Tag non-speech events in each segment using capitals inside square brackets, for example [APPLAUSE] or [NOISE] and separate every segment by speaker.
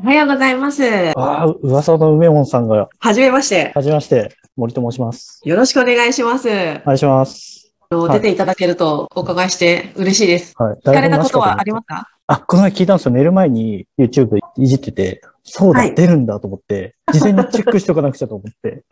Speaker 1: おはようございます。
Speaker 2: ああ、噂の梅門さんが、
Speaker 1: はじめまして。
Speaker 2: はじめまして、森と申します。
Speaker 1: よろしくお願いします。
Speaker 2: お願いします。
Speaker 1: あの
Speaker 2: はい
Speaker 1: 出ていただけるとお伺いして嬉しいです。
Speaker 2: はい。
Speaker 1: 聞かれたことはあり
Speaker 2: ま
Speaker 1: ますか
Speaker 2: あ、この前聞いたんですよ。寝る前に YouTube いじってて、そうだ、
Speaker 1: はい
Speaker 2: 出るんだと思って、事前にチェックしておかなくちゃと思
Speaker 1: [LAUGHS]
Speaker 2: って。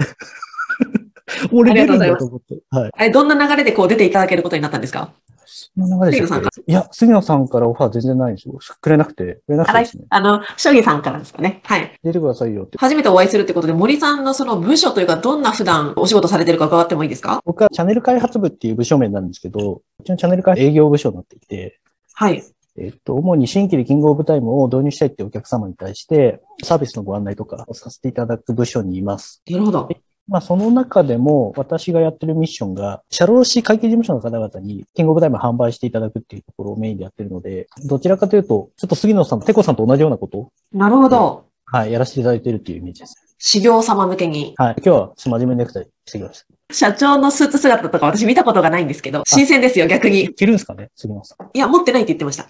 Speaker 2: 俺
Speaker 1: ありがとうんご
Speaker 2: 出る
Speaker 1: ざい
Speaker 2: だ
Speaker 1: ます
Speaker 2: と思って。はい。
Speaker 1: えどんな流れでこう出ていただけることになったんですか
Speaker 2: そんな流れでしたっけいや、杉野さんからオファー全然ないんですよ。くれなくて、くれなくて
Speaker 1: あ
Speaker 2: ですね。
Speaker 1: あの、将棋さんからですかね。はい。
Speaker 2: 出てくださいよって。
Speaker 1: 初めてお会いするってことで、森さんのその部署というか、どんな普段お仕事されてるか伺ってもいいですか
Speaker 2: 僕はチャンネル開発部っていう部署名なんですけど、うちのチャンネル開発営業部署になっていて、
Speaker 1: はい。
Speaker 2: えっと、主に新規でキングオブタイムを導入したいっていうお客様に対して、サービスのご案内とかをさせていただく部署にいます。
Speaker 1: なるほど。
Speaker 2: まあ、その中でも、私がやってるミッションが、社労士会計事務所の方々に、キングオブタイム販売していただくっていうところをメインでやってるので、どちらかというと、ちょっと杉野さん、テコさんと同じようなことを、
Speaker 1: なるほど。
Speaker 2: はい、やらせていただいてるっていうイメージです。
Speaker 1: 修行様向けに。
Speaker 2: はい。今日は、真面目にネクタイしてきました。
Speaker 1: 社長のスーツ姿とか私見たことがないんですけど、新鮮ですよ、逆に。
Speaker 2: 着るんですかね杉野さ
Speaker 1: いや、持ってないって言ってました。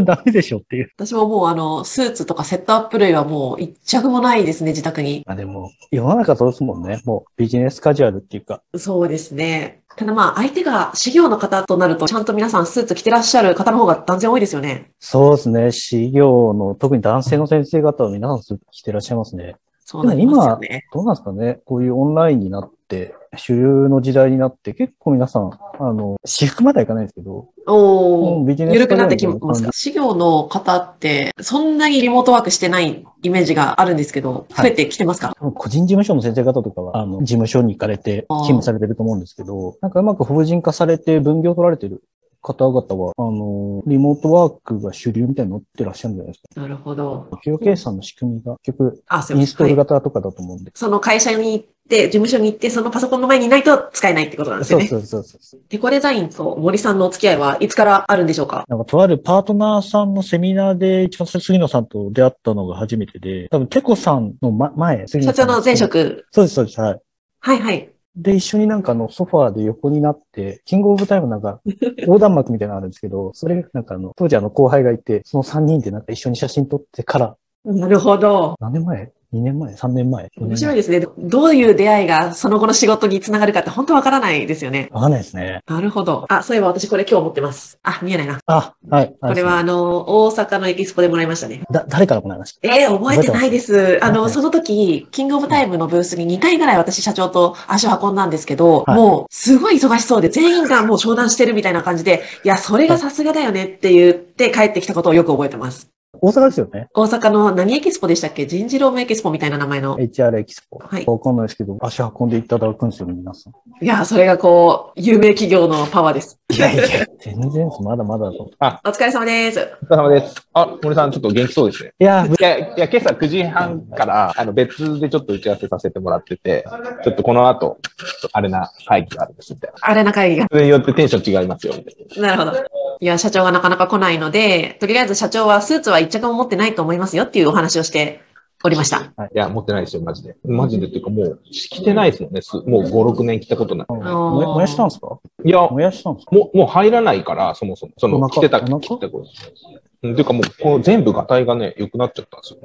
Speaker 2: ん。 [LAUGHS] ダメでしょっていう。
Speaker 1: 私ももうあの、スーツとかセットアップ類はもう一着もないですね、自宅に。
Speaker 2: まあでも、世の中そうですもんね。もう、ビジネスカジュアルっていうか、
Speaker 1: そうですね。ただまあ、相手が修行の方となると、ちゃんと皆さんスーツ着てらっしゃる方の方が断然多いですよね。
Speaker 2: そうですね。修行の、特に男性の先生方は皆さんすごく着てらっしゃいますね。
Speaker 1: そうなりますよね。
Speaker 2: どうなんですかねこういうオンラインになって、主流の時代になって、結構皆さん、あの、私服まではいかないですけど、
Speaker 1: お
Speaker 2: も
Speaker 1: ー
Speaker 2: うビジネス
Speaker 1: 緩くなってきます
Speaker 2: か
Speaker 1: か修行の方って、そんなにリモートワークしてないイメージがあるんですけど、
Speaker 2: はい
Speaker 1: 増えてきてますか、
Speaker 2: 個人事務所の先生方とかは、あの、事務所に行かれて、
Speaker 1: あー
Speaker 2: 勤務されてると思うんですけど、なんかうまく法人化されて、分業取られてる方々は、あの、リモートワークが主流みたいになってらっしゃるんじゃないですか。
Speaker 1: なるほど。
Speaker 2: 給与計算の仕組みが、結局、
Speaker 1: あ、すい
Speaker 2: イ
Speaker 1: ま
Speaker 2: ン
Speaker 1: せ
Speaker 2: ス
Speaker 1: ん。
Speaker 2: トール
Speaker 1: はい
Speaker 2: 型とかだと思うんで。
Speaker 1: その会社に行って、事務所に行って、そのパソコンの前にいないと使えないってことなんです
Speaker 2: そ
Speaker 1: よ
Speaker 2: う
Speaker 1: ね。
Speaker 2: そうそうそう。
Speaker 1: デコデザインと森さんのお付き合いはいつからあるんでしょうか
Speaker 2: なんか、とあるパートナーさんのセミナーで、一番最初杉野さんと出会ったのが初めてで、多分、テコさんの、ま、前、杉
Speaker 1: 社
Speaker 2: 野さ
Speaker 1: 長
Speaker 2: ん
Speaker 1: の前。職。
Speaker 2: そうです、そうです、はい。
Speaker 1: はいはい。
Speaker 2: で、一緒になんかあの、ソファーで横になって、キングオブタイムな
Speaker 1: [LAUGHS]
Speaker 2: んか、横断幕みたいなのあるんですけど、それ、なんかあの、当時あの、後輩がいて、その3人でなんか一緒に写真撮ってから、
Speaker 1: なるほど。
Speaker 2: 何年前 ?2 年前 ?3 年前
Speaker 1: 面白い
Speaker 2: い。
Speaker 1: ですね。どういう出会いがその後の仕事につながるかって本当わからないですよね。
Speaker 2: わかんないですね。
Speaker 1: なるほど。あ、そういえば私これ今日持ってます。あ、見えないな。
Speaker 2: あ、はい。
Speaker 1: これはあの、大阪のエキスポでもらいましたね。
Speaker 2: だ、誰からもらいました
Speaker 1: えー、覚えてないです。あ
Speaker 2: 覚えて
Speaker 1: の、
Speaker 2: ます
Speaker 1: その時、キングオブタイムのブースに2回ぐらい私社長と足を運んだんですけど、
Speaker 2: はい
Speaker 1: もうすごい忙しそうで、全員がもう商談してるみたいな感じで、いや、それがさすがだよねって言って帰ってきたことをよく覚えてます。
Speaker 2: 大阪ですよね。
Speaker 1: 大阪の何エキスポでしたっけ人事労務エキスポみたいな名前の。
Speaker 2: HR エキスポ。
Speaker 1: はい
Speaker 2: わかんないですけど、足運んでいただくんですよ、皆さん。
Speaker 1: いや、それがこう、有名企業のパワーです。
Speaker 2: いやいや、全然まだまだだと。
Speaker 1: お疲れ様です。
Speaker 3: お疲れ様です。あ、森さん、ちょっと元気そうですね。
Speaker 2: いや、ぶ
Speaker 3: いや、いや、今朝9時半から、あの、別でちょっと打ち合わせさせてもらってて、ちょっとこの後、ちょっとあれな会議があるんです、みたいな。
Speaker 1: あれな会議が。
Speaker 3: それによってテンション違いますよ、みたい
Speaker 1: なるほど。いや、社長がなかなか来ないので、とりあえず社長はスーツは一着も持ってないと思いますよっていうお話をしておりました。
Speaker 3: な。いや、持ってないですよ、マジで。マジでっていうか、もう、着てないですもんね。すもう5、6年着たことない。
Speaker 1: の
Speaker 2: もや燃やしたんですか
Speaker 3: いや、も
Speaker 2: 燃やしたんですか
Speaker 3: う、もう入らないから、そもそも。そ
Speaker 2: お
Speaker 3: の、
Speaker 2: 腹
Speaker 3: 着てた、
Speaker 2: お腹
Speaker 3: 着てたこと。うんっていうか、もう、この全部がたいがね、良くなっちゃったんですよ。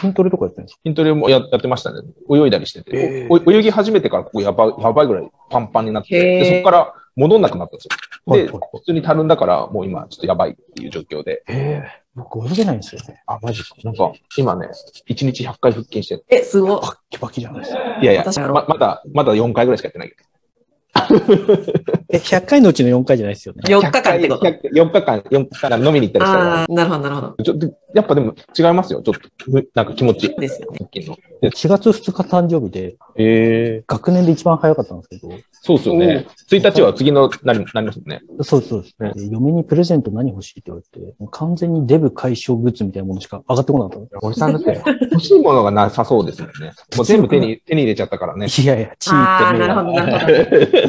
Speaker 2: 筋トレとかやってんですか
Speaker 3: 筋トレもややってましたね。泳いだりしてて。おお泳ぎ始めてからここやばい、やばいぐらいパンパンになって、
Speaker 1: へー
Speaker 3: でそこから戻んなくなったんですよ。
Speaker 2: はい
Speaker 3: で、
Speaker 2: はい
Speaker 3: 普通にたるんだから、もう今ちょっとやばいっていう状況で。
Speaker 2: ええ僕泳げないんですよね。
Speaker 3: あ、マジか。なんか、今ね、1日100回腹筋してる。
Speaker 1: え、すごい。
Speaker 2: バ [LAUGHS] ッキバキじゃないですか。
Speaker 3: いやいや
Speaker 1: 私や、ろう
Speaker 3: ままだ、まだ4回ぐらいしかやってないけど。
Speaker 2: え、100回のうちの4回じゃないですよね。
Speaker 1: 4日間ってこと。
Speaker 3: 100 4日間、4日間飲みに行ったりした
Speaker 1: あ
Speaker 3: ら、
Speaker 1: あ、なるほど、なるほど。
Speaker 3: ちょっと、やっぱでも違いますよ。ちょっと、むなんか気持ちいい。 [LAUGHS]
Speaker 1: ですよね。
Speaker 3: 腹筋の。
Speaker 2: 4月2日誕生日で、
Speaker 3: ええ。
Speaker 2: 学年で一番早かったんですけ
Speaker 3: そうっすよね。1日は次の、なり、なりますもんね。
Speaker 2: ど、そうですそうですね。で嫁にプレゼント何欲しいって言われて、もう完全にデブ解消グッズみたいなものしか上がってこなかっ
Speaker 3: 森さんだって欲しいものがなさそうですもんね。もう全部手に手に入れちゃったからね。
Speaker 2: た。 [LAUGHS] いやいや、地位
Speaker 1: あ
Speaker 2: と
Speaker 1: あ、な
Speaker 2: 名
Speaker 1: るほ
Speaker 2: 誉。
Speaker 1: ど、なるほど。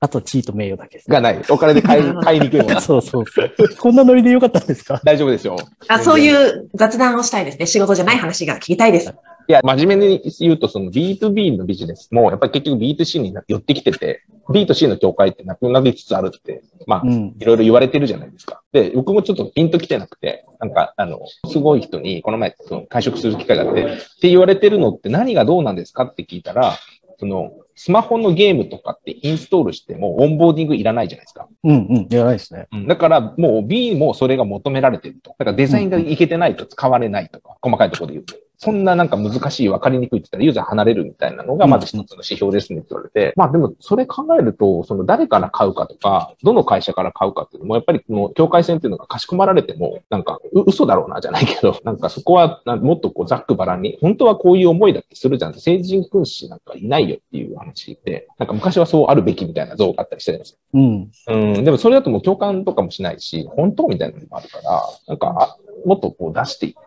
Speaker 2: あと地位と名誉だけです。
Speaker 3: がない。お金で買い買いにくいも
Speaker 1: [LAUGHS]
Speaker 2: [LAUGHS]
Speaker 3: の。
Speaker 2: そうそうそう。こんなノリでよかったんですか
Speaker 3: 大丈夫ですよ。。
Speaker 1: あそういうう雑談をしたいですね。仕事じゃない話が聞きたいです。
Speaker 3: いや、真面目に言うと、その B2B のビジネスも、やっぱり結局 B2C に寄ってきてて、B2C の境界ってなくなりつつあるって、まあ、
Speaker 2: うん。
Speaker 3: いろいろ言われてるじゃないですか。で、僕もちょっとピンと来てなくて、なんか、あの、すごい人に、この前、その会食する機会があって、って言われてるのって何がどうなんですかって聞いたら、その、スマホのゲームとかってインストールしても、オンボーディングいらないじゃないですか。
Speaker 2: うん、うん。やらないですね。
Speaker 3: うんだから、もう B もそれが求められてると。だからデザインがいけてないと使われないとか、細かいところで言うと。そんななんか難しい、わかりにくいって言ったらユーザー離れるみたいなのが、まず一つの指標ですねって言われて。まあでも、それ考えると、その誰から買うかとか、どの会社から買うかっていうのも、やっぱりこの境界線っていうのがかしこまられても、なんか、う嘘だろうな、じゃないけど、 [LAUGHS] なんかそこは、なもっとこう、ざっくばらんに、本当はこういう思いだってするじゃん。成人君子なんかいないよっていう話で、なんか昔はそうあるべきみたいな像があったりしてるんですよ
Speaker 2: うん。
Speaker 3: うん、でもそれだともう共感とかもしないし、本当みたいなのもあるから、なんか、あもっとこう出していって、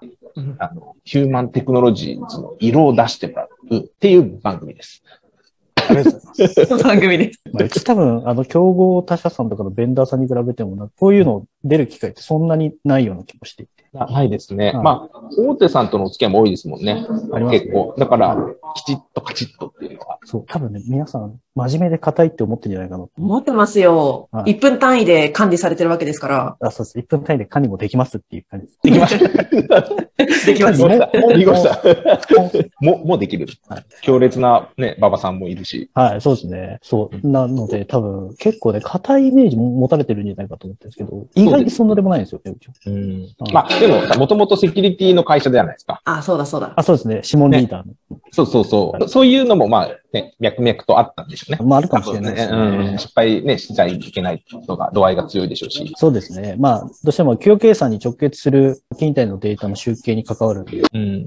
Speaker 3: あの、ヒューマンテクノロジーズの色を出してもらうっていう番組です。
Speaker 2: ありがとうございます。
Speaker 1: 番組です。
Speaker 2: まあ、うち多分、あの、競合他社さんとかのベンダーさんに比べてもな、こういうの出る機会ってそんなにないような気もしていて。
Speaker 3: なないですね。
Speaker 2: うん
Speaker 3: まあ、大手さんとのお付き合いも多いですもんね。
Speaker 2: ありますね
Speaker 3: 結構。だから、きちっとカチッとっていうの
Speaker 2: [LAUGHS]
Speaker 3: は。
Speaker 2: そう、多分ね、皆さん、真面目で硬いって思ってるんじゃないかなと。
Speaker 1: 思ってますよ。
Speaker 2: はい
Speaker 1: 1分単位で管理されてるわけですから。
Speaker 2: あ、そうです。1分単位で管理もできますっていう感じです。
Speaker 3: できました。
Speaker 1: できま
Speaker 2: し
Speaker 1: す
Speaker 2: た
Speaker 1: よ。
Speaker 3: も [LAUGHS] うできました。
Speaker 2: ポン
Speaker 3: もう、もうできる
Speaker 2: はい。
Speaker 3: 強烈なね、馬場さんもいるし。
Speaker 2: はい、そうですね。そう。なので、多分、結構ね、硬いイメージも持たれてるんじゃないかと思ってるんですけど、意外にそんなでもないんですよね、うちは
Speaker 3: うんまあ、でもさ、もともとセキュリティの会社じゃないですか。
Speaker 1: あ、そうだそうだ。
Speaker 2: あ、そうですね。指紋リーダーの。
Speaker 3: そうそうそう。そういうのも、まあ、ね、脈々とあったんでしょうね。
Speaker 2: まあ、あるか
Speaker 3: 多
Speaker 2: もしれ
Speaker 3: 分
Speaker 2: ない
Speaker 3: ね
Speaker 2: ですね。
Speaker 3: うん、失敗ね、しちゃいけないのが度合いが強いでしょうし。
Speaker 2: そうですね。まあ、どうしても、給与計算に直結する、勤怠のデータの集計に関わる
Speaker 3: うん。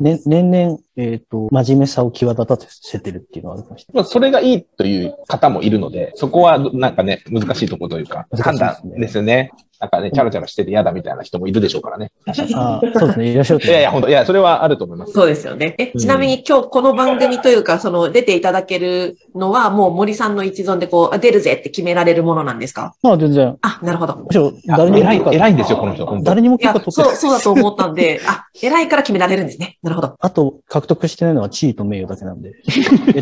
Speaker 2: ね、年々、えっ、と、真面目さを際立たせてるっていうのはあるかも
Speaker 3: [LAUGHS]
Speaker 2: しれ
Speaker 3: まあ、それがいいという方もいるので、そこはなんかね、難しいところというか、
Speaker 2: 難
Speaker 3: 判
Speaker 2: しいですね
Speaker 3: 断ですよね。なんかね、チャラチャラしてて嫌だみたいな人もいるでしょうからね。
Speaker 2: ない。ああ、そうですね。いらっしゃると
Speaker 3: いやいや、本当いや、それはあると思います。
Speaker 1: そうですよね。え、
Speaker 3: うん
Speaker 1: ちなみに今日この番組というか、その出ていただけるのは、もう森さんの一存でこう、あ出るぜって決められるものなんですか
Speaker 2: まあ、全然。
Speaker 1: あ、なるほど。
Speaker 2: むしろ、
Speaker 3: いや
Speaker 2: 誰にも
Speaker 3: 偉い、
Speaker 2: 許可
Speaker 3: 偉いんですよ、この人。本当
Speaker 2: 誰にも
Speaker 1: い
Speaker 2: 許
Speaker 1: や
Speaker 2: 可取、ってな
Speaker 1: そう、
Speaker 2: い。
Speaker 1: そうだと思ったんで、あ、偉いから決められるんですね。なるほど。
Speaker 2: あと、獲得してないのは地位と名誉だけなん
Speaker 3: [LAUGHS]
Speaker 2: で。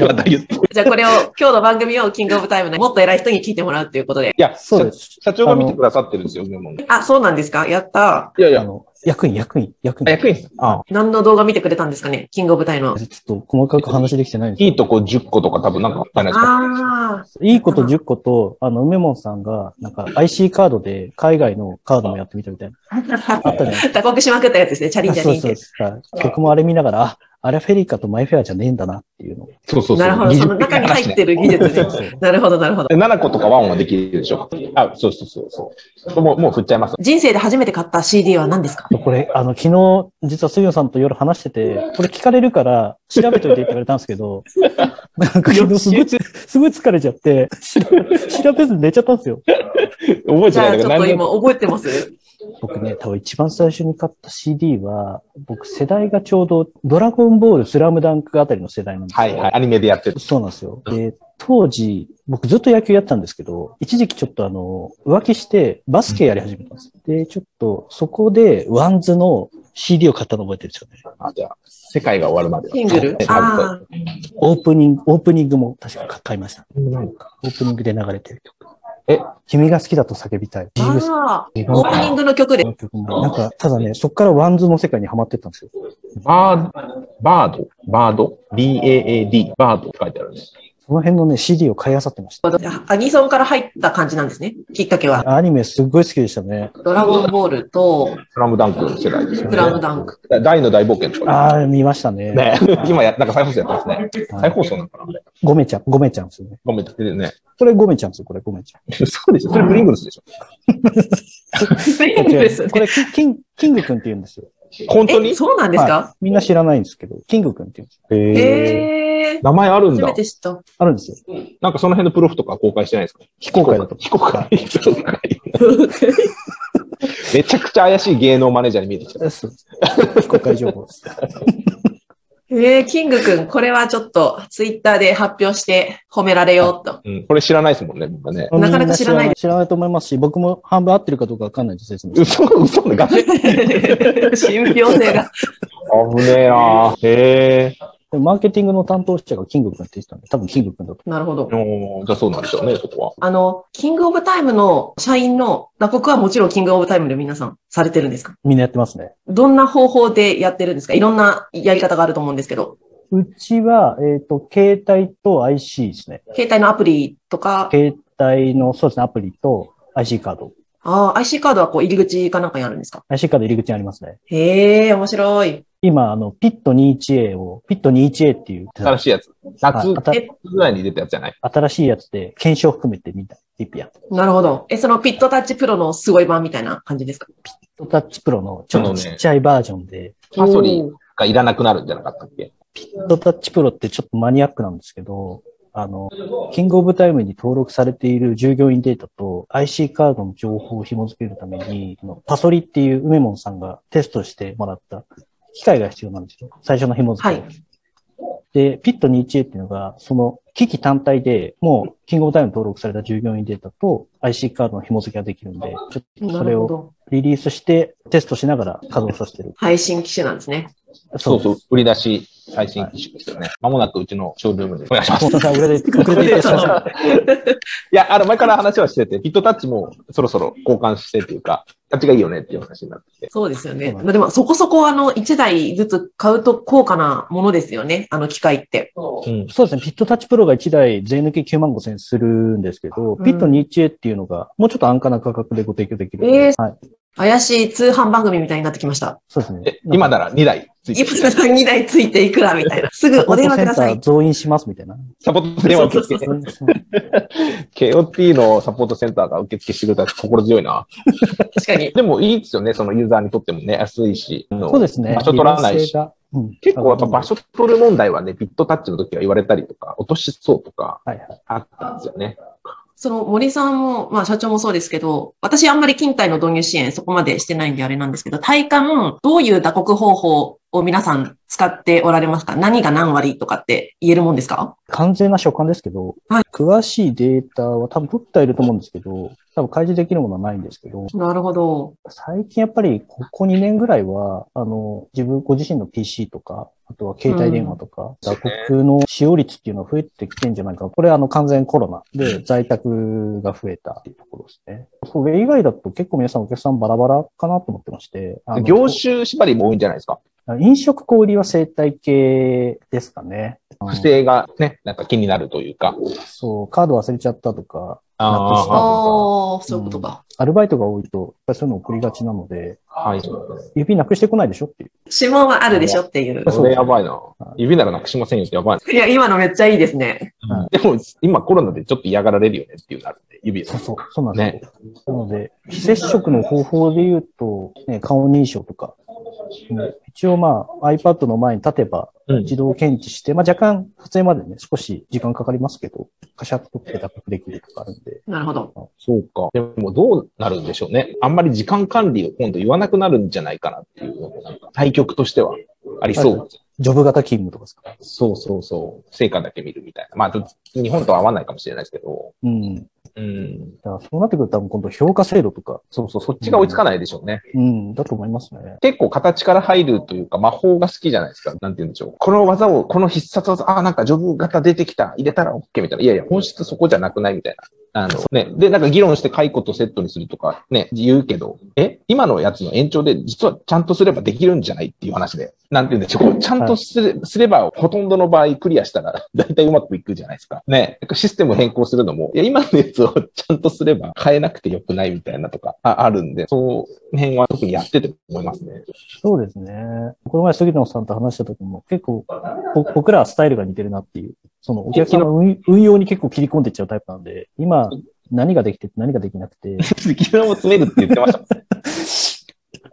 Speaker 3: また言ってい
Speaker 1: じゃあこれを、今日の番組をキングオブタイムのもっと偉い人に聞いてもらうということで。
Speaker 3: や、。
Speaker 2: そうですす。
Speaker 3: 社長が見てくださってるんですよ、メモに
Speaker 1: あ、そうなんですかやった
Speaker 3: いやい
Speaker 2: あ
Speaker 3: や、
Speaker 2: の、役員、役員、役
Speaker 3: あ
Speaker 2: 員。
Speaker 3: 役員さん。ああ
Speaker 1: ー。何の動画見てくれたんですかねキングオブタイムの。
Speaker 2: ちょっと細かく話できてないんです
Speaker 3: いいとこ10個とか多分なんかあったんじゃないですか。
Speaker 1: ああ、
Speaker 2: けどいいこと10個と、あの、梅門さんが、なんか IC カードで海外のカードもやってみたみたいな。あったじゃないですか。
Speaker 1: 打刻しまくったやつですね。チャリンチャ
Speaker 2: そう
Speaker 1: リンっ
Speaker 2: そう
Speaker 1: て。
Speaker 2: です。はい僕もあれ見ながら、あ、あれはフェリカとマイフェアじゃねえんだなっていうのを。
Speaker 3: そうそうそう。
Speaker 1: なるほど。
Speaker 3: 技
Speaker 1: そ
Speaker 3: 術
Speaker 1: の
Speaker 3: 的な
Speaker 1: 中に
Speaker 3: 話ね
Speaker 1: 入ってる技術ね。
Speaker 2: そう
Speaker 1: なるほど、なるほど。
Speaker 3: 7個とかワンはできるでしょあ、そうそうそうそう。もう、もう振っちゃいます。
Speaker 1: 人生で初めて買った CD は何ですか
Speaker 2: これ、あの、昨日、実は杉野さんと夜話してて、これ聞かれるから、調べといてって言われたんですけど、なんか昨日すごい、すごい疲れちゃって、調べ調べずに寝ちゃったんですよ。
Speaker 3: 覚えて
Speaker 1: じ
Speaker 3: な
Speaker 1: ゃ
Speaker 3: い
Speaker 1: あ
Speaker 3: んだ
Speaker 1: ち
Speaker 3: け
Speaker 1: ょ
Speaker 3: ど、
Speaker 1: っと
Speaker 3: 何
Speaker 1: 今覚えてます
Speaker 2: 僕ね、多分一番最初に買った CD は、僕世代がちょうど、ドラゴンボール、スラムダンクあたりの世代なんですよ。
Speaker 3: はいはい、アニメでやってる。
Speaker 2: そうなんですよ。で、当時、僕ずっと野球やってたんですけど、一時期ちょっとあの、浮気してバスケやり始めたんです。で、ちょっとそこでワンズの CD を買ったの覚えてるんですよね。
Speaker 3: あ、じゃあ、世界が終わるまで。
Speaker 1: シングルああ。
Speaker 2: オープニング、オープニングも確か買いました。
Speaker 3: なんか
Speaker 2: オープニングで流れてる曲。
Speaker 3: え
Speaker 2: 君が好きだと叫びたい。ジーグス
Speaker 1: ああ。オープニングの曲で。
Speaker 2: の曲も。なんか、ただね、そっからワンズの世界にハマってったんですよ。
Speaker 3: バード、バード、バード、B-A-A-D、バードって書いてあるんです。
Speaker 2: その辺のね、CD を買い漁ってました。
Speaker 1: アニソンから入った感じなんですね。きっかけは。
Speaker 2: アニメすっごい好きでしたね。
Speaker 1: ドラゴンボールと、
Speaker 3: スラムダンクの世代ですよ
Speaker 1: スラムダンク。
Speaker 3: ね。大の大冒険とか
Speaker 2: ああ、見ましたね。
Speaker 3: ね。 [LAUGHS] ね今や、なんか再放送やってますね。
Speaker 2: はい
Speaker 3: 再放送なんかな
Speaker 2: ゴメちゃん、ゴメちゃんですよね。
Speaker 3: ごめん、言ってるね。
Speaker 2: これゴメちゃんですよ、これゴメちゃん。
Speaker 3: そうでしょ。それプリングルスでしょ。
Speaker 1: そうですね
Speaker 2: これ、キキン、キングくんって言うんですよ。
Speaker 3: 本当
Speaker 1: え、
Speaker 3: に
Speaker 1: そうなんですか
Speaker 2: みんな知らないんですけど、キングくんって言うんですよ。
Speaker 3: へー
Speaker 1: ええ。
Speaker 3: 名前あるん
Speaker 1: 初め
Speaker 3: だ。
Speaker 1: て知った。 [LAUGHS]
Speaker 2: あるんですよ。
Speaker 3: なんかその辺のプロフとか公開してないですか
Speaker 2: 非公開だと。
Speaker 3: 非公開。非公開。めちゃくちゃ怪しい芸能マネージャーに見えてきた。
Speaker 2: そう非公開情報です。
Speaker 1: えー、キングくん、これはちょっとツイッターで発表して褒められよう [LAUGHS] と。
Speaker 3: うん、これ知らないですもんね、みんなね。
Speaker 1: [LAUGHS] なかなか知らない
Speaker 2: 知らないと思いますし、僕も
Speaker 1: [LAUGHS]
Speaker 2: 半分合ってるかどうかわかんないんで説明します
Speaker 3: 嘘、嘘ね、ガチ。
Speaker 1: 信憑性が。
Speaker 3: 危ねえなへえ。
Speaker 2: でマーケティングの担当者がキング君って言ってたんで、多分キング君だと。
Speaker 1: なるほど。
Speaker 3: おーじゃあそうなんでしょうね、そこは。
Speaker 1: あの、キングオブタイムの社員の打刻はもちろんキングオブタイムで皆さんされてるんですか
Speaker 2: みんなやってますね。
Speaker 1: どんな方法でやってるんですかいろんなやり方があると思うんですけど。
Speaker 2: うちは、えっ、と、携帯と IC ですね。
Speaker 1: 携帯のアプリとか、
Speaker 2: 携帯の、そうですね、アプリと IC カード。
Speaker 1: ああ、IC カードはこう入り口かなんかにあるんですか
Speaker 2: IC カード入り口にありますね。
Speaker 1: へえ、面白い。
Speaker 2: 今、あの、ピット 21A を、ピット 21A っていう、
Speaker 3: 新しいやつ。夏
Speaker 2: あた
Speaker 3: ぐらいに出たやつじゃない
Speaker 2: 新しいやつで、検証含めてみたい。リピア。ピ
Speaker 1: なるほど。え、そのピットタッチプロのすごい版みたいな感じですか
Speaker 2: ットタッチプロのちょっとちっちゃいバージョンで、
Speaker 3: パソリがいらなくなるんじゃなかったっけ
Speaker 2: ピットタッチプロってちょっとマニアックなんですけど、あの、キングオブタイムに登録されている従業員データと IC カードの情報を紐付けるために、あのパソリっていう梅門さんがテストしてもらった機械が必要なんですよ。最初の紐付け。
Speaker 1: はい
Speaker 2: で、ピット 21A っていうのが、その機器単体でもうキングオブタイムに登録された従業員データと IC カードの紐付けができるんで、ちょっと
Speaker 1: な
Speaker 2: それ
Speaker 1: るほ
Speaker 2: を
Speaker 1: ど。
Speaker 2: リリースしてテストしながら稼働させてる。
Speaker 1: 配信機種なんですね。
Speaker 3: そうそうう。売り出し最新機種ですよね。まもなくうちのショールームでお願いします。
Speaker 2: 本当だ遅れて、遅れていたしました。
Speaker 3: いや、あの、前から話はしてて、ピットタッチもそろそろ交換してっていうか、タッチがいいよねっていう話になってて。
Speaker 1: そうですよね。
Speaker 2: そうなん
Speaker 1: まあでも、そこそこあの、1台ずつ買うと高価なものですよね。あの機械って。
Speaker 3: うん。
Speaker 2: [LAUGHS] そうですね。ピットタッチプロが1台税抜き9万5千するんですけど、
Speaker 1: うん
Speaker 2: ピット 21A っていうのが、もうちょっと安価な価格でご提供できる。
Speaker 1: ええ
Speaker 2: はい。
Speaker 1: 怪しい通販番組みたいになってきました。
Speaker 2: そうですね。
Speaker 3: え、今なら2台ついて
Speaker 1: 今
Speaker 3: る。
Speaker 1: さ2台ついていくらみたいな。すぐ
Speaker 2: サポ
Speaker 1: お
Speaker 2: ー
Speaker 1: 電
Speaker 2: ト
Speaker 1: 話
Speaker 2: セ
Speaker 1: く
Speaker 2: ンタ
Speaker 1: ださ
Speaker 2: ー
Speaker 1: い。
Speaker 2: 増員しますみたいな。
Speaker 3: サポート電話受付。
Speaker 2: 増員します
Speaker 3: KOT のサポートセンターが受付してくれたら心強いな。
Speaker 1: 確かに。
Speaker 3: でもいいですよね、そのユーザーにとってもね、安いし。
Speaker 2: そうですね。
Speaker 3: 場所取らないし
Speaker 2: 利便性が。うん
Speaker 3: 結構やっぱ場所取る問題はね、ピットタッチの時は言われたりとか、落としそうとか
Speaker 2: はいはい。
Speaker 3: あったんですよね。
Speaker 1: その森さんも、まあ社長もそうですけど、私あんまり勤怠の導入支援そこまでしてないんであれなんですけど、体感、どういう打刻方法を皆さん使っておられますか何が何割とかって言えるもんですか
Speaker 2: 完全な所感ですけど、
Speaker 1: はい
Speaker 2: 詳しいデータは多分取ってはいると思うんですけど、多分開示できるものはないんですけど、
Speaker 1: なるほど。
Speaker 2: 最近やっぱりここ2年ぐらいは、あの、自分、ご自身の PC とか、あとは携帯電話とか、
Speaker 3: うん
Speaker 2: 打刻の使用率っていうのが増えてきてんじゃないかな。これあの完全コロナで在宅が増えたっていうところですね。それ以外だと結構皆さんお客さんバラバラかなと思ってまして。あの
Speaker 3: 業種縛りも多いんじゃないですか。
Speaker 2: 飲食小売りは生態系ですかね。あの
Speaker 3: 不正がね、なんか気になるというか。
Speaker 2: そう、カード忘れちゃったとか、
Speaker 3: あ
Speaker 1: ああ
Speaker 3: あ、
Speaker 1: ー、そういうことか。
Speaker 2: アルバイトが多いと、やっぱりそういうの送りがちなので、
Speaker 3: はい。
Speaker 2: 指なくしてこないでしょっていう。
Speaker 1: 指紋はあるでしょっていう。
Speaker 3: それやばいな。指ならなくしませんよってやばい
Speaker 1: いや、今のめっちゃいいですね。
Speaker 3: な。でも、今コロナでちょっと嫌がられるよねっていうのあるんで、指
Speaker 2: そう
Speaker 3: の。
Speaker 2: そう、そうなんですよ
Speaker 3: ね。
Speaker 2: なので、非接触の方法で言うと、ね、顔認証とか、うん一応まあ iPad の前に立てば
Speaker 3: うん
Speaker 2: 自動検知して、まあ若干撮影までね、少し時間かかりますけど、カシャッとって打刻できるとかあるんで、
Speaker 1: なるほど。
Speaker 3: そうか。でもどうなるんでしょうね。あんまり時間管理を今度言わなくなるんじゃないかなっていうのも、なんか対局としてはありそう。
Speaker 2: ジョブ型勤務とかですか。
Speaker 3: そうそうそう。成果だけ見るみたいな。まあ、ど日本とは合わないかもしれないですけど。
Speaker 2: うん。だ
Speaker 3: うん。
Speaker 2: からそうなってくると多分今度評価制度とか、
Speaker 3: そうそう、そっちが追いつかないでしょうね。
Speaker 2: うん、だと思いますね。
Speaker 3: 結構形から入るというか、魔法が好きじゃないですか。なんて言うんでしょう。この技を、この必殺技、あ、なんかジョブ型出てきた、入れたら OK みたいな。いやいや、本質そこじゃなくないみたいな。あの、ね。で、なんか議論して解雇とセットにするとか、ね、言うけど、え、今のやつの延長で、実はちゃんとすればできるんじゃないっていう話で。なんて言うんでしょう。ちゃんとすれすれば、ほとんどの場合クリアしたら、だいたいうまくいくじゃないですか。ね。なんかシステム変更するのも、いや、今のやつをちゃんとすれば変えなくてよくないみたいなとか、ああるんで、そう辺は特にやってて思いますね。 [LAUGHS]
Speaker 2: そうですね。この前杉野さんと話した時も結構ぼ僕らはスタイルが似てるなっていう。そのお客さんの運運用に結構切り込んでいっちゃうタイプなんで、今何ができてて何ができなく
Speaker 3: [LAUGHS]
Speaker 2: て、
Speaker 3: 昨日も詰めるって言ってましたもんね。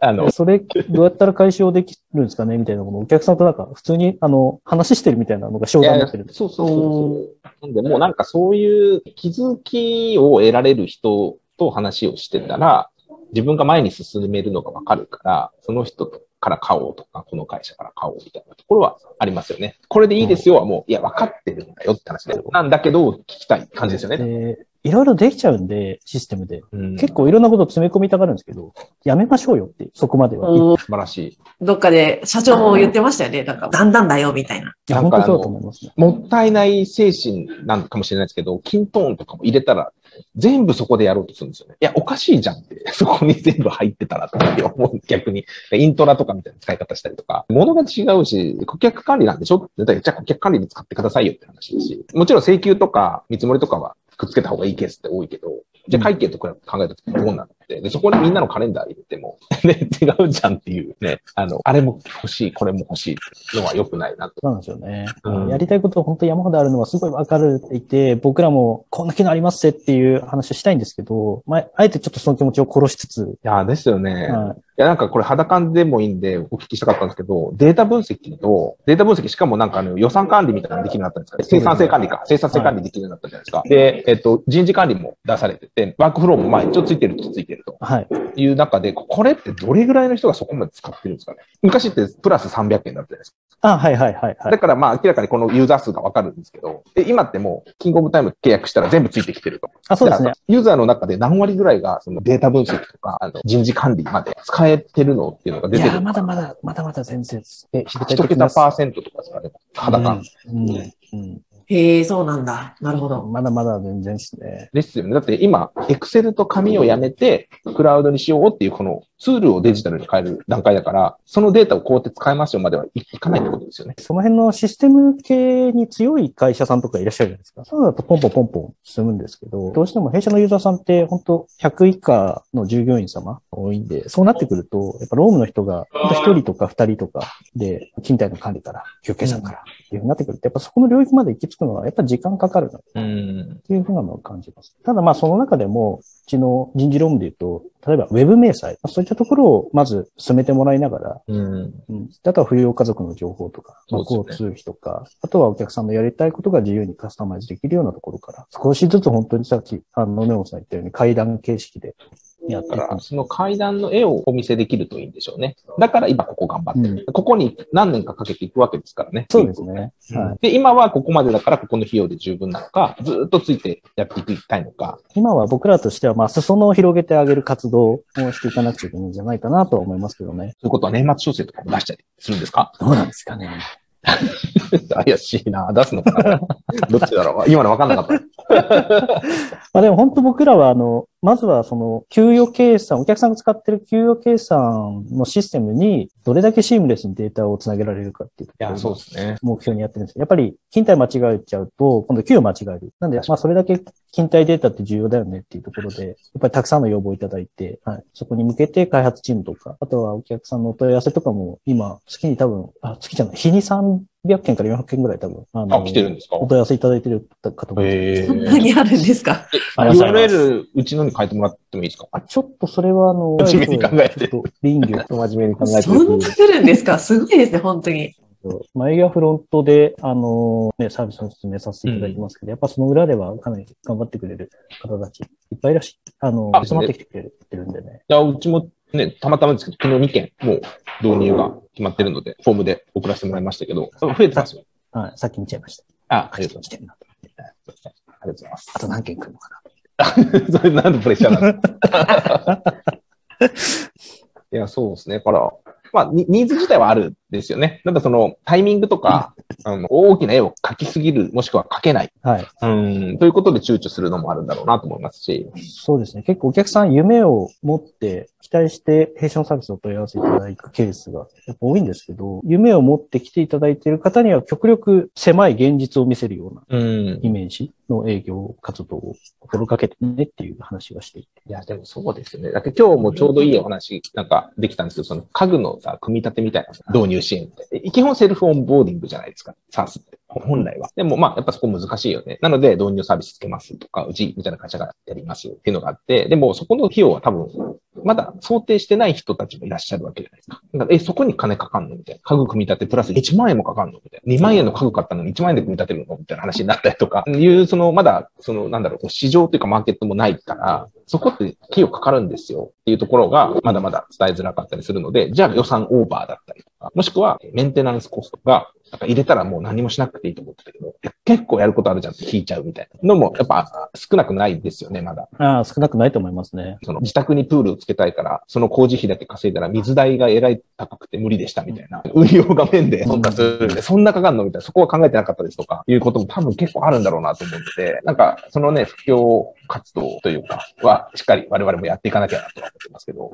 Speaker 3: あ [LAUGHS] の、
Speaker 2: それどうやったら解消できるんですかねみたいなものをお客さんとなんか普通にあの話してるみたいなのが商
Speaker 3: いや
Speaker 2: 談
Speaker 3: い
Speaker 2: にな
Speaker 3: や
Speaker 2: ってるんです。
Speaker 3: そうそうそう。なんで、もうなんかそういう気づきを得られる人と話をしてたら、自分が前に進めるのがわかるから、その人から買おうとか、この会社から買おうみたいなところはありますよね。これでいいですよはもう、いや、分かってるんだよって話で。なんだけど、聞きたい感じですよね。
Speaker 2: でいろいろできちゃうんで、システムで。
Speaker 3: うん
Speaker 2: 結構いろんなこと詰め込みたがるんですけど、やめましょうよって、そこまでは。い
Speaker 1: おー
Speaker 3: 素晴らしい。
Speaker 1: どっかで社長も言ってましたよね。なんか、だんだんだよ、みたいな。
Speaker 2: や、
Speaker 3: なん
Speaker 2: 本当
Speaker 3: か
Speaker 2: そうだと思いますね。
Speaker 3: もったいない精神なんかもしれないですけど、キントーンとかも入れたら、全部そこでやろうとするんですよね。いや、おかしいじゃんって、 [LAUGHS] そこに全部入ってたらとかって思う、逆に。イントラとかみたいな使い方したりとか、物が違うし、顧客管理なんでしょって言ったらじゃあ顧客管理に使ってくださいよって話だし、もちろん請求とか見積もりとかはくっつけた方がいいケースって多いけど、じゃあ会計とか考えた時どうなのって、で、そこにみんなのカレンダー入れても、 [LAUGHS] で、違うじゃんっていうね、あの、あれも欲しい、これも欲しいのは良くないなと。
Speaker 2: そうなんですよね。
Speaker 3: うん
Speaker 2: やりたいことは本当に山ほどあるのはすごいわかるっていて、僕らもこんな機能ありますぜっていう話をしたいんですけど、まあ、あえてちょっとその気持ちを殺しつつ、
Speaker 3: いやーですよね。
Speaker 2: はい
Speaker 3: や、なんかこれ肌感でもいいんでお聞きしたかったんですけど、データ分析と、データ分析しかもなんかあの予算管理みたいなのできるようになったんですかね。生産性管理か。生産性管理できるようになったじゃないですか。で、えっと、人事管理も出されてて、ワークフローもまあ一応ついてるとついてると
Speaker 2: い。はい。
Speaker 3: いう中で、これってどれぐらいの人がそこまで使ってるんですかね。昔ってプラス300円だったじゃないですか。
Speaker 2: あ、はいはいはい、は
Speaker 3: だ
Speaker 2: い。
Speaker 3: からまあ明らかにこのユーザー数がわかるんですけど、で今ってもう、キングオブタイム契約したら全部ついてきてると。
Speaker 2: あ、そうですね
Speaker 3: だか。らユーザーの中で何割ぐらいがそのデータ分析とかあの人事管理まで使えてるのっていうのが
Speaker 2: い
Speaker 3: 出てる
Speaker 2: や、。まだまだ、まだまだ全然です。え、
Speaker 3: 一桁パーセントとかですかね。肌感。
Speaker 2: うん。うん。
Speaker 1: へえ、そうなんだ。なるほど。
Speaker 2: まだまだ全然ですね。
Speaker 3: ですよね。だって今、エクセルと紙をやめて、クラウドにしようっていうこのツールをデジタルに変える段階だから、そのデータをこうやって使いますよまではいかないってことですよね。
Speaker 2: その辺のシステム系に強い会社さんとかいらっしゃるじゃないですか。そうだとポンポンポンポン進むんですけど、どうしても弊社のユーザーさんって本当100以下の従業員様多いんで、そうなってくると、やっぱロームの人が本当1人とか2人とかで、賃貸の管理から、休憩さんからっていうふうになってくると、やっぱそこの領域まで行き着くのはやっぱ時間かかるな
Speaker 3: うん
Speaker 2: っ。ていうふうなのを感じます。ただまあその中でも、うちの人事労務で言うと、例えばウェブ明細、そういったところをまず進めてもらいながら、
Speaker 3: うん。
Speaker 2: うん、あとは扶養家族の情報とか、まあ
Speaker 3: そう
Speaker 2: 交
Speaker 3: です
Speaker 2: 通費とか、あとはお客さんのやりたいことが自由にカスタマイズできるようなところから、少しずつ本当にさっき、あの、ネオンさん言ったように階段形式でやってい
Speaker 3: だ
Speaker 2: く
Speaker 3: か
Speaker 2: ん
Speaker 3: ら、
Speaker 2: です。
Speaker 3: その階段の絵をお見せできるといいんでしょうね。だから今ここ頑張ってる。
Speaker 2: う
Speaker 3: ここに何年かかけていくわけですからね。
Speaker 2: そうですね。はい。
Speaker 3: で、今はここまでだからここの費用で十分なのか、ずーっとついてやっていきたいのか。
Speaker 2: 今は僕らとしては、まあ、裾野を広げてあげる活動をしていかなくちゃいけないんじゃないかなとは思いますけどね。
Speaker 3: そういうことは年末調整とかも出したりするんですか
Speaker 2: どうなんですかね。
Speaker 3: 怪しいな。出すのか
Speaker 2: [LAUGHS]
Speaker 3: などっちだろう今の分かんなかった。
Speaker 2: まあでも本当僕らはあの、まずはその給与計算、お客さんが使ってる給与計算のシステムにどれだけシームレスにデータをつなげられるかっていうところを
Speaker 3: ですね。
Speaker 2: 目標にやってるんですけどやっぱり勤怠間違えちゃうと、今度給与間違える。なんで、まあそれだけ勤怠データって重要だよねっていうところで、やっぱりたくさんの要望をいただいて、はい、そこに向けて開発チームとか、あとはお客さんのお問い合わせとかも今、月に多分、あ、月じゃない、日に300件から400件ぐらい多分、あ
Speaker 3: あ、来てるんですか
Speaker 2: お問い合わせいただいてる方もいて
Speaker 1: [LAUGHS]
Speaker 3: え
Speaker 1: そんなにあるんですか。
Speaker 2: ありがとうございます
Speaker 3: URL うちのに変えてもらってもいいですか
Speaker 2: あ、ちょっとそれはあの、
Speaker 3: 真面目に考えて
Speaker 2: ちょっと臨機応変真面目に考
Speaker 1: そんな来るんですかすごいですね、本当に。
Speaker 2: マイヤーフロントで、あの、ね、サービスの説明させていただきますけど、やっぱその裏ではかなり頑張ってくれる方たち、いっぱいいらっしゃ、あの
Speaker 3: あ、
Speaker 2: 集まってきてくれるってるんでね。
Speaker 3: いや、うちもね、たまたまですけど、昨日2件、もう導入が決まってるので、フォームで送らせてもらいましたけど、増えてますよ。
Speaker 2: はい、さっき見ちゃいました。
Speaker 3: あ、あ
Speaker 2: あ、
Speaker 3: り
Speaker 2: 来
Speaker 3: がと
Speaker 2: て
Speaker 3: うございます。
Speaker 2: るなと。
Speaker 3: ありがとうございます
Speaker 2: あと何件来るのかな。
Speaker 3: [LAUGHS] それなんでプレッシャーなんですか [LAUGHS] いや、そうですね。だから、まあ、ニニーズ自体はあるんですよね。なんかその、タイミングとか、あの大きな絵を描きすぎる、もしくは描けない。
Speaker 2: はい。
Speaker 3: うん、ということで躊躇するのもあるんだろうなと思いますし。
Speaker 2: そうですね。結構お客さん夢を持って、期待して弊社のサービスを問い合わせいただくケースがやっぱ多いんですけど、夢を持って来ていただいている方には極力狭い現実を見せるような
Speaker 3: うん。
Speaker 2: イメージの営業活動を心がけてねっていう話はしていて。
Speaker 3: いや、でもそうですよね。だって今日もちょうどいいお話、なんかできたんですけど、その家具のさ、組み立てみたいな導入支援って。基本セルフオンボーディングじゃないですか、サースって。本来は。でもまあ、やっぱそこ難しいよね。なので、導入サービスつけますとか、うちみたいな会社がやりますっていうのがあって、でもそこの費用は多分、まだ想定してない人たちもいらっしゃるわけじゃないですか。だからえ、そこに金かかんのみたいな。家具組み立てプラス1万円もかかんのみたいな。2万円の家具買ったのに1万円で組み立てるのみたいな話になったりとか、いう、その、まだ、その、なんだろう、市場というかマーケットもないから、そこって費用かかるんですよっていうところが、まだまだ伝えづらかったりするので、じゃあ予算オーバーだったりとか、もしくはメンテナンスコストがなんか入れたらもう何もしなくていいと思ってたけど、え結構やることあるじゃんって聞いちゃうみたいなのも、やっぱ少なくないですよね、まだ。
Speaker 2: ああ、少なくないと思いますね。
Speaker 3: その自宅にプールをつけたいから、その工事費だけ稼いだら水代がえらい高くて無理でしたみたいな、運用画面で、
Speaker 2: そっか
Speaker 3: するそんなかかんのみたいな、そこは考えてなかったですとか、いうことも多分結構あるんだろうなと思って、なんか、そのね、布教活動というか、は、しっかり我々もやっていかなきゃなとは思ってますけど、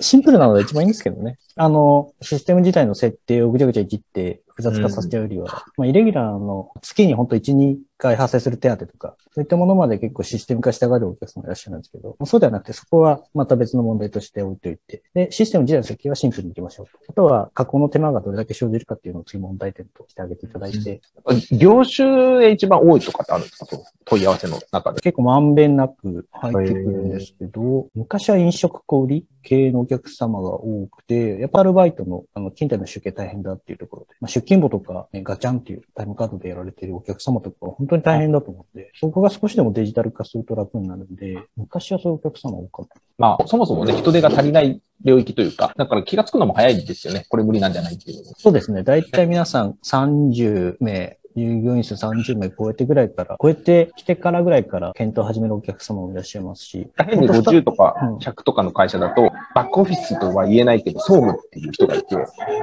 Speaker 2: シンプルなのが一番いいんですけどね。あの、システム自体の設定をぐちゃぐちゃいじって複雑化させちゃうよりは、まあ、イレギュラーの月にほんと1、2回発生する手当とか、そういったものまで結構システム化したがるお客様がいらっしゃるんですけど、そうではなくてそこはまた別の問題として置いといて、で、システム自体の設計はシンプルにいきましょう。あとは、加工の手間がどれだけ生じるかっていうのを次問題点としてあげていただいて、
Speaker 3: 業種で一番多いとかってあるんですかその問い合わせの中で。
Speaker 2: 結構まんべんなく入ってくるんですけど、昔は飲食小売系のお客様が多くて、やっぱアルバイトの、あの、近代の集計大変だっていうところで、まあ、出勤簿とか、ね、ガチャンっていうタイムカードでやられてるお客様とかは本当に大変だと思って、そこが少しでもデジタル化すると楽になるんで、昔はそういうお客様多かった。
Speaker 3: まあ、そもそもね、人手が足りない領域というか、だから気がつくのも早いですよね。これ無理なんじゃないっていうのも。
Speaker 2: そうですね。だいたい皆さん30名、従業員数30名超えてぐらいから、超えてきてからぐらいから検討を始めるお客様もいらっしゃいますし、
Speaker 3: 変に50とか
Speaker 2: うん
Speaker 3: 100とかの会社だと、バックオフィスとは言えないけど、総務っていう人がいて、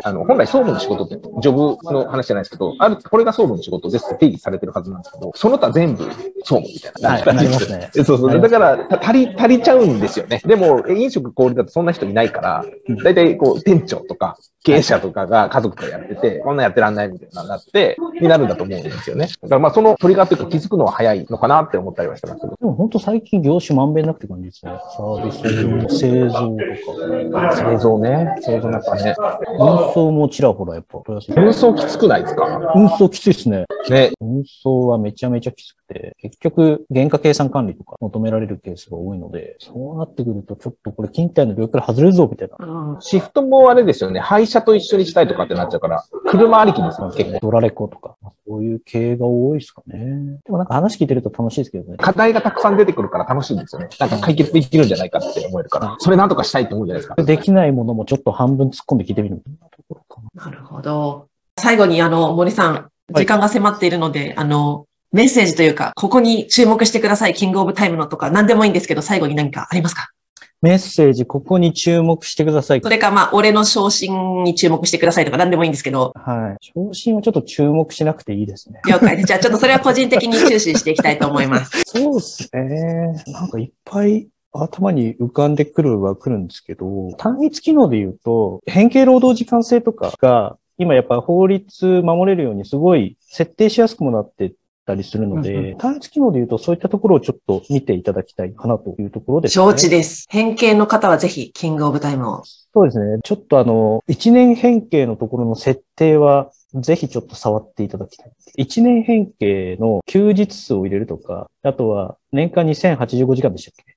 Speaker 3: あの、本来総務の仕事って、ジョブの話じゃないですけど、ある、これが総務の仕事ですって定義されてるはずなんですけど、その他全部総務みたいな。
Speaker 2: はいなりますね
Speaker 3: そうそ
Speaker 2: なり
Speaker 3: う。
Speaker 2: ま
Speaker 3: だ
Speaker 2: す
Speaker 3: から、た足り、足りちゃうんですよね。でも、飲食小売だとそんな人いないから
Speaker 2: うん、
Speaker 3: 大体こう、店長とか、経営者とかが家族とやってて、こんなんやってらんないみたいななって、になるんだと思うんですよね。だからまあ、そのトリガーというか気づくのは早いのかなって思ったりはしてますけど。
Speaker 2: でも本当最近業種まんべんなくて感じですね。サービス業、製造と
Speaker 3: 製造ね。製造なんかね。
Speaker 2: か、運送もちらほらやっぱ問い合わせて。
Speaker 3: 運送きつくないですか
Speaker 2: 運送きついですね。
Speaker 3: ね。
Speaker 2: 運送はめちゃめちゃきつくて、結局、原価計算管理とか求められるケースが多いので、そうなってくるとちょっとこれ近体の領域から外れるぞみたいな。
Speaker 1: うん
Speaker 3: シフトもあれですよね。廃車と一緒にしたいとかってなっちゃうから、車ありきですもん、結構。
Speaker 2: ドラレコとか、そういう系が多いですかね。でもなんか話聞いてると楽しいですけどね。
Speaker 3: 課題がたくさん出てくるから楽しいんですよね。なんか解決できるんじゃないかって思えるから、それなんとかしたいって思うじゃないですか。
Speaker 2: できないものもちょっと半分突っ込んで聞いてみるみたいなところかな。
Speaker 1: なるほど。最後に、あの、森さん、
Speaker 2: い
Speaker 1: 時間が迫っているので、あの、メッセージというか、ここに注目してください、キングオブタイムのとか、何でもいいんですけど、最後に何かありますか
Speaker 2: メッセージ、ここに注目してください
Speaker 1: そ。れか、まあ、俺の昇進に注目してくださいとか、何でもいいんですけど、
Speaker 2: はい。昇進はちょっと注目しなくていいで
Speaker 1: [LAUGHS]
Speaker 2: すね。
Speaker 1: 了解です。じゃあ、ちょっとそれは個人的に注視していきたいと思い [LAUGHS] ます。
Speaker 2: そうですね。なんかいっぱい頭に浮かんでくるは来るんですけど、単一機能で言うと、変形労働時間制とかが、今やっぱ法律守れるようにすごい設定しやすくもなってたりするので、
Speaker 1: うん
Speaker 2: 単一機能で言うとそういったところをちょっと見ていただきたいかなというところです、ね。
Speaker 1: 承知です。偏見の方はぜひ、キングオブタイムを。
Speaker 2: そうですね。ちょっとあの、一年変形のところの設定は、ぜひちょっと触っていただきたい。一年変形の休日数を入れるとか、あとは年間2085時間でしたっけ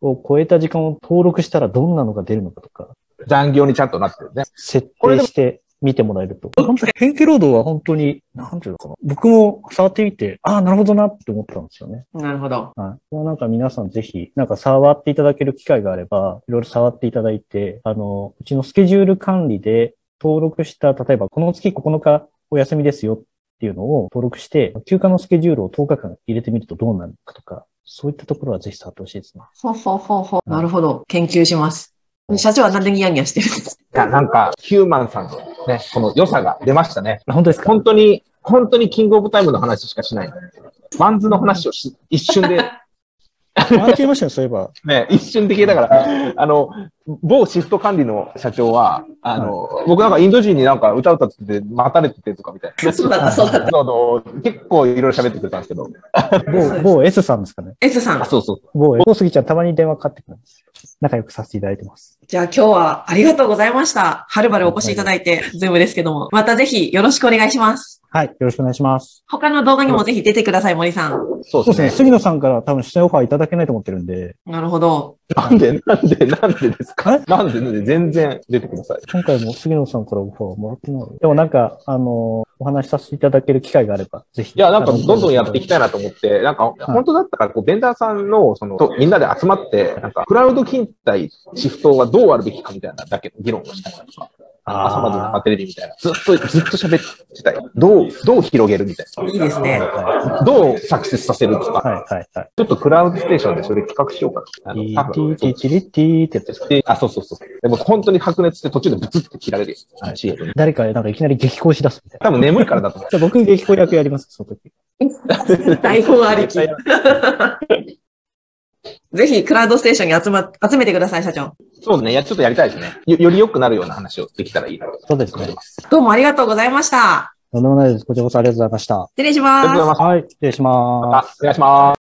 Speaker 2: を超えた時間を登録したらどんなのが出るのかとか、
Speaker 3: 残業にちゃんとなってるね。
Speaker 2: 設定して見てもらえると。本当に変形労働は本当に、なんていうのかな。僕も触ってみて、ああ、なるほどなって思ったんですよね。
Speaker 1: なるほど。
Speaker 2: はい。これはなんか皆さんぜひ、なんか触っていただける機会があれば、いろいろ触っていただいて、あの、うちのスケジュール管理で登録した、例えばこの月9日お休みですよっていうのを登録して、休暇のスケジュールを10日間入れてみるとどうなるかとか、そういったところはぜひ触ってほしいですね。
Speaker 1: ほうほうほうほう。なるほど。研究します。社長はなんでニヤニヤしてるんです [LAUGHS] か
Speaker 3: いや、なんか、ヒューマンさんのね、この良さが出ましたね。
Speaker 2: あ本当ですか
Speaker 3: 本当に、本当にキングオブタイムの話しかしない。マンズの話をし一瞬で
Speaker 2: 回っていましたね、そういえば。
Speaker 3: ね、一瞬的だから、あの、某シフト管理の社長は、あの、僕なんかインド人になんか歌歌ってて、待たれててとかみたいな。
Speaker 1: そうだった、そうだった。
Speaker 3: そうそう結構いろいろ喋ってくれたんですけど。
Speaker 2: [LAUGHS] 某、某 S さんですかね。
Speaker 1: S さん
Speaker 3: あ、、そうそう。
Speaker 2: 某、某杉ちゃんたまに電話かかってくるんですよ。仲良くさせていただいてます。
Speaker 1: じゃあ今日はありがとうございました。はるばるお越しいただいて、ズームですけども。またぜひよろしくお願いします。
Speaker 2: はい、よろしくお願いします。
Speaker 1: 他の動画にもぜひ出てください、森さん。
Speaker 3: そ
Speaker 2: そ
Speaker 3: う
Speaker 2: うで
Speaker 3: で
Speaker 2: す
Speaker 3: す
Speaker 2: ね、
Speaker 3: ね。
Speaker 2: 杉野さんから多分出演オファーいただけないと思ってるんで、
Speaker 1: なるほど。
Speaker 3: なんで、なんで、なんでです
Speaker 2: あ
Speaker 3: か
Speaker 2: れ
Speaker 3: なんで、なんで、全然出てください。
Speaker 2: 今回も杉野さんからオファーもらってない。でもなんか、あのーお話しさせていただける機会があれば、ぜひ。
Speaker 3: いや、なんか、どんどんやっていきたいなと思って、なんか、本当だったら、こう、ベンダーさんの、その、とみんなで集まって、なんか、クラウド勤怠シフトはどうあるべきかみたいなだけの議論をしたりとか。
Speaker 2: あー
Speaker 3: 朝までのテレビみたいな。ずっと、ずっと喋ってたよ。どう、どう広げるみたい
Speaker 1: いいですね。
Speaker 2: は
Speaker 3: な。どうサクセスさせると
Speaker 2: い、
Speaker 3: か。
Speaker 2: はい、はいはい。
Speaker 3: ちょっとクラウドステーションでそれ企画しようかな。あ
Speaker 2: ティ
Speaker 3: の多
Speaker 2: ーティ
Speaker 3: 分
Speaker 2: ーティーティリッティーってやつですか。
Speaker 3: であ、そうそうそう。でも本当に白熱って途中でブツって切られるよ。
Speaker 2: はい
Speaker 3: CM に
Speaker 2: 誰か、なんかいきなり激高し出すみたいな。
Speaker 3: 多分眠いからだと思う。
Speaker 2: じゃあ僕、激高役やります、その時。
Speaker 1: 台本ありき。ぜひ、クラウドステーションに集ま、集めてください、社長。
Speaker 3: そうね。いや、ちょっとやりたいですね。よ、より良くなるような話をできたらいいなと。
Speaker 2: そうですね。
Speaker 1: どうもありがとうございました。
Speaker 2: とんでもないです。こちらこそありがとうございました。
Speaker 1: 失礼しま
Speaker 3: ありがとうござい
Speaker 1: す。
Speaker 3: ます。
Speaker 2: はい、失礼します。
Speaker 3: あ、お願いします。